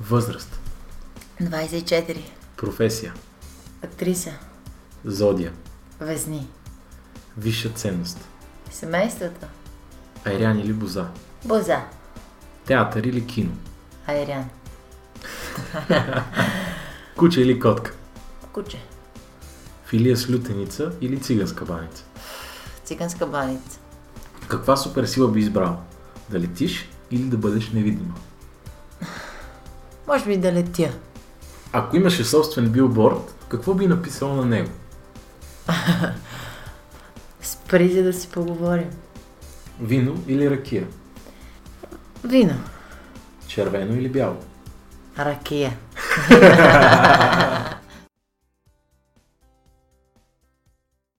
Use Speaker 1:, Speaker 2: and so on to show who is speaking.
Speaker 1: Възраст.
Speaker 2: 24.
Speaker 1: Професия.
Speaker 2: Актриса.
Speaker 1: Зодия.
Speaker 2: Везни.
Speaker 1: Висша ценност.
Speaker 2: Семейството.
Speaker 1: Айрян или боза.
Speaker 2: Боза.
Speaker 1: Театър или кино.
Speaker 2: Айрян.
Speaker 1: Куче или котка.
Speaker 2: Куче.
Speaker 1: Филия с лютеница или циганска баница.
Speaker 2: Циганска баница.
Speaker 1: Каква суперсила би избрал? Да летиш или да бъдеш невидима?
Speaker 2: Може би да летя.
Speaker 1: Ако имаше собствен билборд, какво би написал на него?
Speaker 2: Спри за да си поговорим.
Speaker 1: Вино или ракия?
Speaker 2: Вино.
Speaker 1: Червено или бяло?
Speaker 2: Ракия.